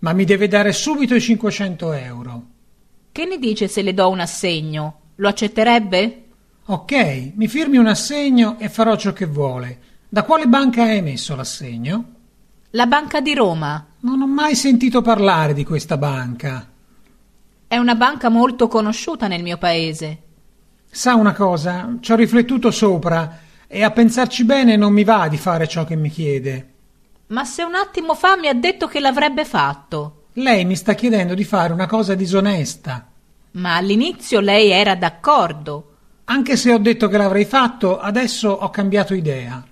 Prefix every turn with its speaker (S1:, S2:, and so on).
S1: ma mi deve dare subito i 500 euro.
S2: Che ne dice se le do un assegno? Lo accetterebbe?
S1: Ok, mi firmi un assegno e farò ciò che vuole. Da quale banca hai emesso l'assegno?
S2: La Banca di Roma
S1: Non ho mai sentito parlare di questa banca.
S2: è una banca molto conosciuta nel mio paese.
S1: Sa una cosa, ci ho riflettuto sopra e a pensarci bene non mi va di fare ciò che mi chiede.
S2: Ma se un attimo fa mi ha detto che l'avrebbe fatto.
S1: Lei mi sta chiedendo di fare una cosa disonesta.
S2: Ma all'inizio lei era d'accordo.
S1: Anche se ho detto che l'avrei fatto, adesso ho cambiato idea.